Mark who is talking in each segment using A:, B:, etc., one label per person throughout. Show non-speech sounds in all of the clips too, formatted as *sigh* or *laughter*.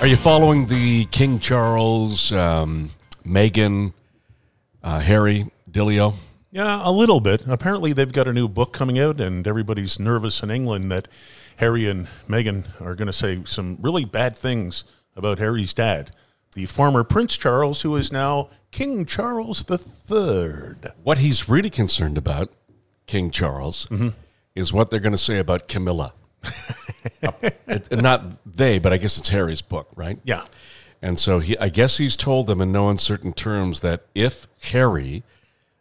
A: Are you following the King Charles, um, Meghan, uh, Harry Dilio?
B: Yeah, a little bit. Apparently, they've got a new book coming out, and everybody's nervous in England that Harry and Meghan are going to say some really bad things about Harry's dad, the former Prince Charles, who is now King Charles III.
A: What he's really concerned about, King Charles,
B: Mm-hmm.
A: is what they're going to say about
B: *laughs*
A: Camilla. It- not they, but I guess it's Harry's book, right?
B: Yeah.
A: And so he, I guess he's told them in no uncertain terms that if Harry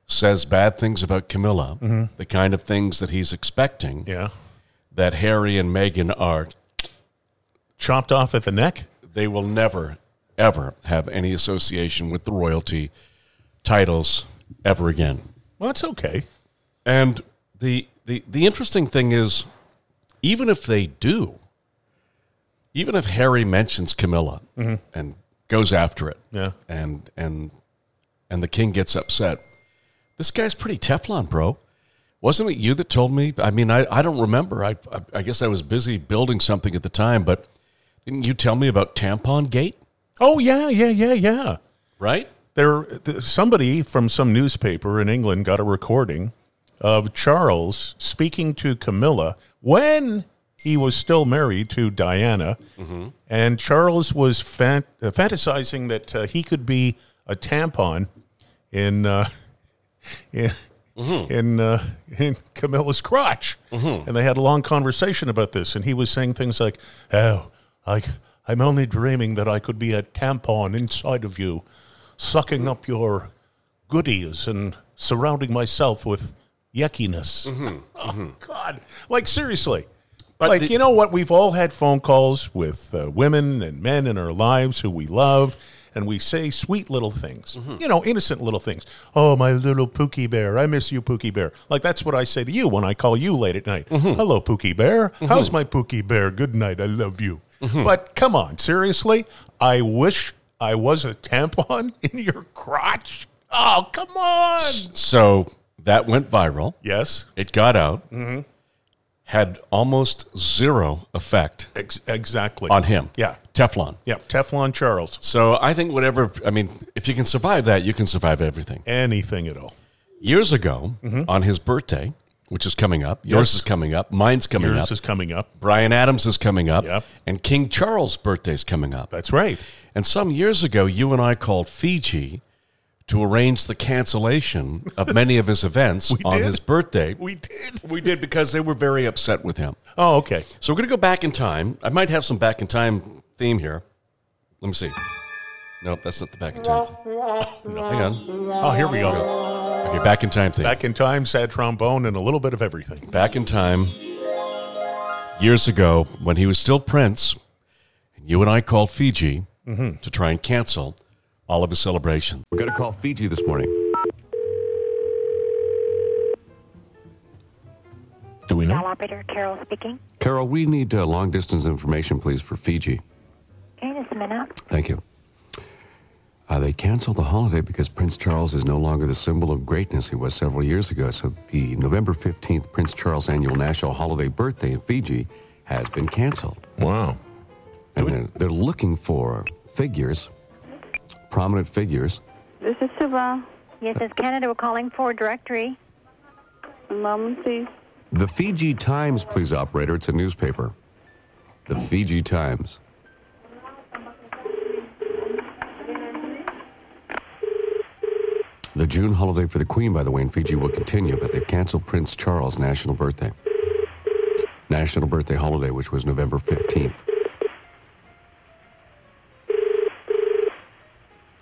A: says bad things about Camilla, the kind of things that he's expecting,
B: Mm-hmm. Yeah.
A: that Harry and Meghan are,
B: Chopped off at the neck?
A: they will never, ever have any association with the royalty titles ever again.
B: Well, that's okay.
A: And the the the interesting thing is, even if they do, even if Harry mentions Camilla and goes after it,
B: Yeah.
A: and and and the king gets upset, this guy's pretty Teflon, bro. Wasn't it you that told me? I mean, I, I don't remember. I, I I guess I was busy building something at the time, but didn't you tell me about Tampon Gate?
B: Oh, yeah, yeah, yeah, yeah.
A: Right?
B: there th- somebody from some newspaper in England got a recording of Charles speaking to Camilla when he was still married to Diana, and Charles was fan- uh, fantasizing that uh, he could be a tampon in uh, in in, uh, in Camilla's crotch, and they had a long conversation about this, and he was saying things like, "Oh, I." I'm only dreaming that I could be a tampon inside of you sucking up your goodies and surrounding myself with yuckiness. *laughs* Oh, God. Like, seriously. like,
A: Mm-hmm. the-
B: you know what? We've all had phone calls with uh, women and men in our lives who we love, and we say sweet little things,
A: Mm-hmm.
B: you know, innocent little things. Oh, my little Pookie Bear. I miss you, Pookie Bear. Like, that's what I say to you when I call you late at night.
A: Mm-hmm.
B: Hello, Pookie Bear. How's my Pookie Bear? Good night. I love you.
A: Mm-hmm.
B: But come on, seriously? I wish I was a tampon *laughs* in your crotch. Oh, come on.
A: So that went viral.
B: Yes,
A: It got out.
B: Mm-hmm.
A: Had almost zero effect
B: ex- exactly.
A: on him.
B: Yeah.
A: Teflon.
B: Yeah, Teflon Charles.
A: So I think whatever, I mean, if you can survive that, you can survive everything.
B: Anything at all.
A: Years ago,
B: Mm-hmm.
A: on his birthday, which is coming up, yours is coming up, mine's coming
B: Yours
A: up,
B: is coming up.
A: Brian Adams is coming up,
B: Yep.
A: and King Charles' birthday's coming up.
B: That's right.
A: And some years ago, you and I called Fiji to arrange the cancellation of many of his
B: *laughs*
A: events on
B: did.
A: his birthday.
B: We did.
A: we did because they were very upset with him.
B: Oh, okay.
A: So we're going to go back in time. I might have some back in time theme here. Let me see. Nope, that's not the back in time theme. Hang on.
B: Oh, here we go.
A: Okay, back in time theme. Back,
B: Back in time, sad trombone, and a little bit of everything.
A: in time. Years ago, when he was still Prince, and you and I called Fiji to try and cancel all of his celebrations.
C: We're going to call Fiji this morning. Do we
D: Dial operator Carol speaking.
C: Carol, we need uh, long distance information, please, for Fiji.
D: Okay, just a minute.
C: Thank you. Uh, they canceled the holiday because Prince Charles is no longer the symbol of greatness he was several years ago. So the November 15th Prince Charles annual national holiday birthday in Fiji has been canceled.
E: Wow.
C: And they're, they're looking for figures, prominent figures.
F: This is Siva.
D: Yes, it's Canada. We're calling for directory.
F: Mom, please.
C: The Fiji Times, please, operator. It's a newspaper. The Fiji Times. The June holiday for the Queen, by the way, in Fiji will continue, but they've canceled Prince Charles' national birthday. National birthday holiday, which was November 15th.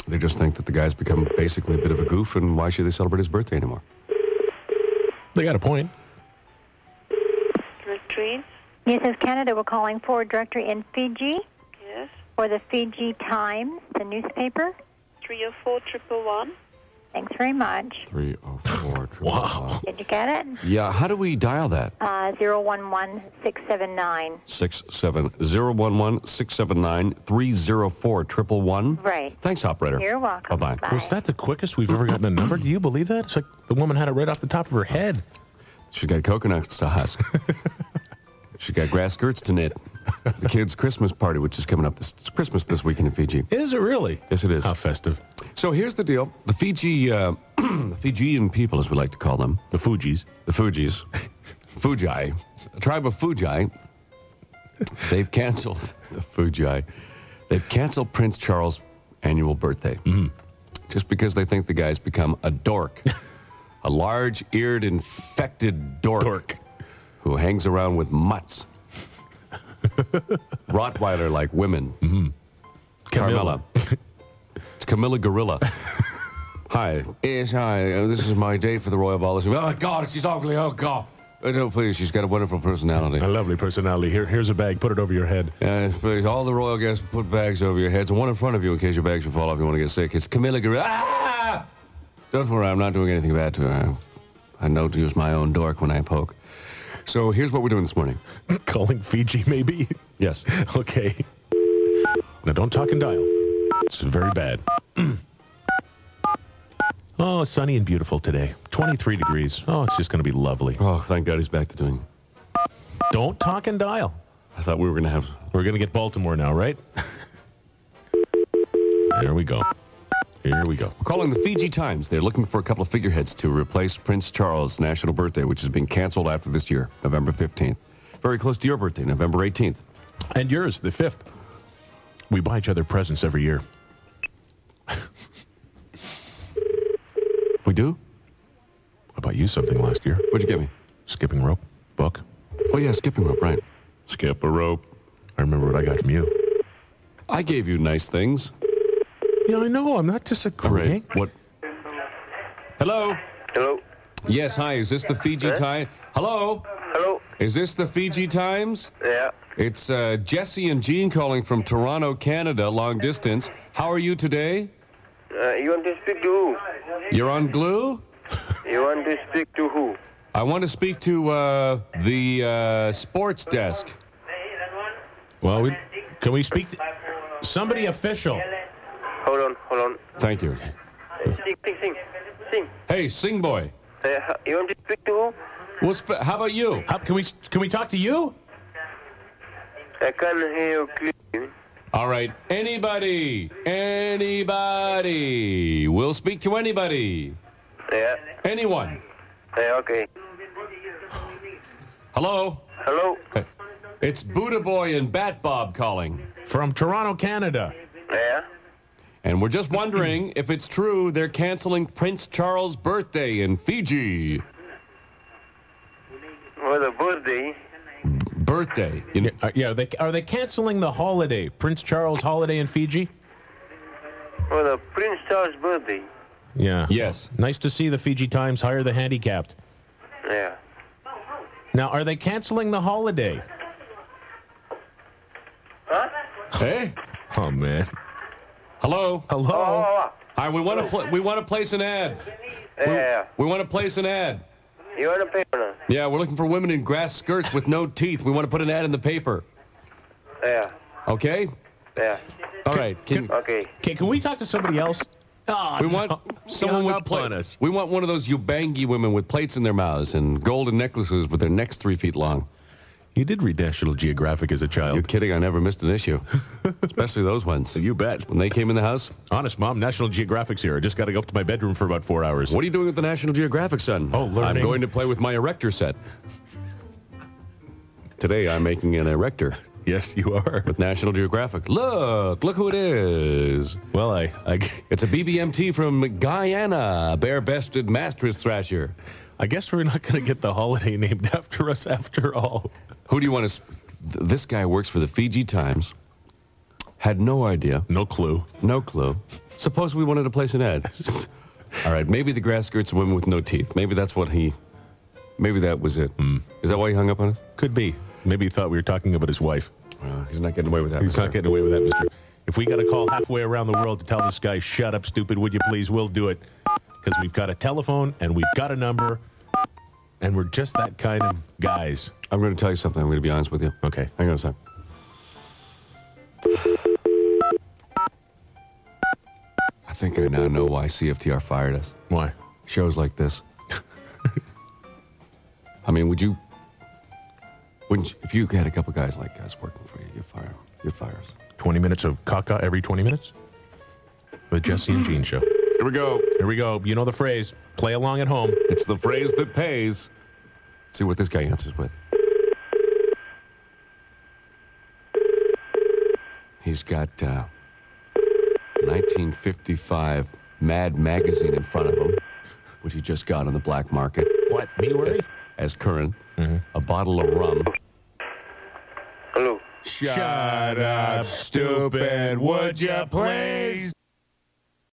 C: They just think that the guy's become basically a bit of a goof, and why should they celebrate his birthday anymore?
E: They got a point.
F: Directory.
D: Yes, it's Canada. We're calling for directory in Fiji
F: Yes.
D: for the Fiji Times, the newspaper.
F: Three or four oh triple one.
D: Thanks very much.
C: 304.
E: Wow.
D: Did you get it?
C: Yeah, how do we dial that?
D: Uh, 011679.
C: 67011-679-304-111.
D: Right.
C: Thanks, operator.
D: You're welcome.
C: Bye-bye.
D: Bye.
E: Was that the quickest we've ever gotten a number? Do you believe that? It's like the woman had it right off the top of her head.
C: She's got coconuts to husk.
D: *laughs*
C: She's got grass skirts to knit. The kids' Christmas party, which is coming up this it's Christmas this weekend in Fiji.
E: Is it really?
C: Yes, it is.
E: How festive.
C: So here's the deal: the Fiji, uh, *clears throat* the Fijian people, as we like to call them,
E: The *laughs* Fuji's.
C: the Fujis, Fuji, a tribe of Fuji, they've canceled the Fuji. They've canceled Prince Charles' annual birthday just because they think the guy's become a dork, a large eared, infected dork,
E: Dork.
C: who hangs around with mutts, Rottweiler like women. Carmela. *laughs* it's Camilla Gorilla. hi. Yes, hi. Uh, this is my date for the Royal Ball. Oh, God, she's ugly. Oh, God. Uh, no, please, she's got a wonderful personality.
E: A lovely personality. Here, here's a bag. Put it over your head.
C: Uh, *laughs* please, all the royal guests put bags over your heads, one in front of you in case your bags should fall off. You want to get sick? It's Camilla Gorilla. Ah! Don't worry, I'm not doing anything bad to her. I know to use my own dork when I poke. So here's what we're doing this morning.
E: Calling Fiji, maybe? *laughs*
C: Yes.
E: okay. Now don't talk and dial. It's very bad. *clears throat* oh, sunny and beautiful today. 23 degrees. Oh, it's just going to be lovely.
C: Oh, thank God he's back to doing.
E: Don't talk and dial.
C: I thought we were going to have.
E: We're going to get Baltimore now, right? there we go. Here we go.
C: We're calling the Fiji Times. They're looking for a couple of figureheads to replace Prince Charles' national birthday, which has been canceled after this year, November 15th. Very close to your birthday, November 18th.
E: And yours, the fifth. We buy each other presents every year.
C: We do?
E: I bought you something last year.
C: What'd you get me?
E: Skipping rope, book.
C: Oh, yeah, skipping rope, right.
E: Skip a rope. I remember what I got from you.
C: I gave you nice things.
E: Yeah, I know. I'm not disagreeing.
C: What? Hello?
G: Hello.
C: Yes, hi. Is this the Fiji Times? Hello?
G: Hello.
C: Is this the Fiji Times?
G: Yeah.
C: It's uh, Jesse and Jean calling from Toronto, Canada, long distance. How are you today?
G: Uh, you want to speak to who?
C: You're on glue?
G: You want to speak to who?
C: I want to speak to uh, the uh, sports desk.
E: Well, we, can we speak? To, somebody official.
G: Hold on, hold on.
C: Thank you.
G: Sing, sing, sing. Sing.
C: Hey, Sing Boy.
G: Uh, ho- you want to speak to who?
C: What's, how about you?
E: How, can we can we talk to you?
G: I can't hear you clearly.
C: All right. Anybody. Anybody. We'll speak to anybody.
G: Yeah.
C: Anyone.
G: Yeah, okay.
C: Hello?
G: Hello.
C: It's Buddha Boy and Bat Bob calling.
E: From Toronto, Canada.
G: Yeah.
C: And we're just *clears throat* wondering if it's true they're canceling Prince Charles' birthday in Fiji.
G: What a birthday.
C: Birthday. You know,
E: Uh, yeah, they, are they canceling the holiday, Prince Charles holiday in Fiji?
G: What a Prince Charles birthday.
E: Yeah.
C: Yes.
E: Nice to see the Fiji Times hire the handicapped.
G: Yeah.
E: Now, are they canceling the holiday?
C: Hey?
E: Oh man.
C: eh? Hello?
E: Hello.
G: Oh,
C: Hi, we want to pl- we want to place an ad.
G: yeah.
C: We want to place an ad.
G: You want to pay or not?
C: Yeah, we're looking for women in grass skirts with no teeth. We want to put an ad in the paper.
G: Yeah.
C: Okay?
G: Yeah.
C: All right. Can,
G: Okay.
E: Okay, can we talk to somebody else? Oh,
C: we want someone
E: hung
C: with
E: up
C: pla-
E: on us.
C: We want one of those Ubangi women with plates in their mouths and golden necklaces with their necks three feet long.
E: You did read National Geographic as a
C: You're
E: child.
C: kidding. I never missed an
E: *laughs*
C: issue, especially those ones.
E: you bet.
C: When they came in the house,
E: Honest, Mom, National Geographic's here. I just got to go up to my bedroom for about four hours.
C: what are you doing with the National Geographic, son?
E: Oh, learning.
C: I'm going to play with my erector set. Today, I'm making an erector
E: Yes, you are.
C: with National Geographic. Look, look who it is.
E: Well, I, I,
C: It's a BBMT from Guyana, bare bested mattress thrasher.
E: I guess we're not going to get the holiday named *laughs* after us after all.
C: Who do you want to? Sp- th- this guy works for the Fiji Times. Had no idea,
E: No clue.
C: no clue. Suppose we wanted to place an *laughs* ad. All right, maybe the grass skirts women with no teeth. Maybe that's what he. Maybe that was it. Is that why he hung up on us?
E: Could be. Maybe he thought we were talking about his wife.
C: Well, Uh, he's not getting away with that.
E: He's not
C: mister.
E: getting away with that, mister. If we got to call halfway around the world to tell this guy, shut up, stupid, would you please? We'll do it. because we've got a telephone and we've got a number, and we're just that kind of guys.
C: I'm going to tell you something. I'm going to be honest with you.
E: Okay.
C: Hang on a sec. I think I now know why CFTR fired us.
E: Why?
C: Shows like this. *laughs* I mean, would you? Wouldn't you, if you had a couple guys like guys working for you, you'd fire, you'd fire us.
E: 20 minutes of caca every 20 minutes? The Jesse and Gene Show.
C: Here we go.
E: Here we go. You know the phrase play along at home.
C: It's the phrase that pays. see what this guy answers with. He's got uh, 1955 Mad Magazine in front of him, which he just got on the black market
E: What? Me worry? Mm-hmm.
C: as current, a bottle of rum.
G: Hello.
C: Shut up, stupid. Would you please?